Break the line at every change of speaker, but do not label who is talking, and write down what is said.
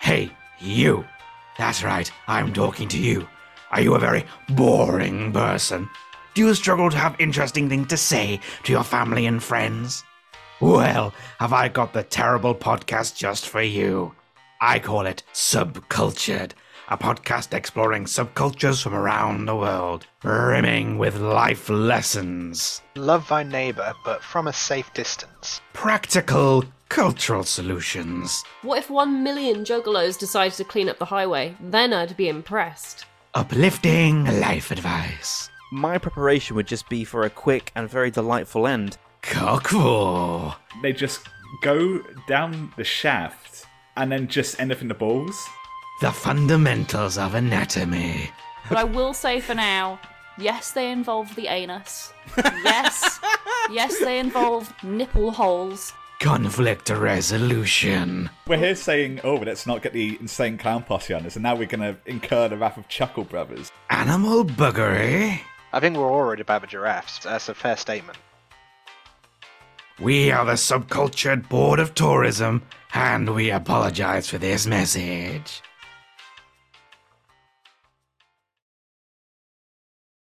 Hey, you. That's right, I'm talking to you. Are you a very boring person? Do you struggle to have interesting things to say to your family and friends? Well, have I got the terrible podcast just for you? I call it Subcultured, a podcast exploring subcultures from around the world, brimming with life lessons.
Love thy neighbour, but from a safe distance.
practical cultural solutions.
What if one million juggalos decided to clean up the highway? Then I'd be impressed.
Uplifting life advice.
My preparation would just be for a quick and very delightful end.
Cockful.
They just go down the shaft and then just end up in the balls.
The fundamentals of anatomy.
But I will say for now, yes, they involve the anus. Yes, yes, they involve nipple holes.
Conflict resolution.
We're here saying, oh, let's not get the insane clown posse on us, and now we're going to incur the wrath of Chuckle Brothers.
Animal buggery.
I think we're all worried about the giraffes. That's a fair statement.
We are the Subcultured Board of Tourism, and we apologize for this message.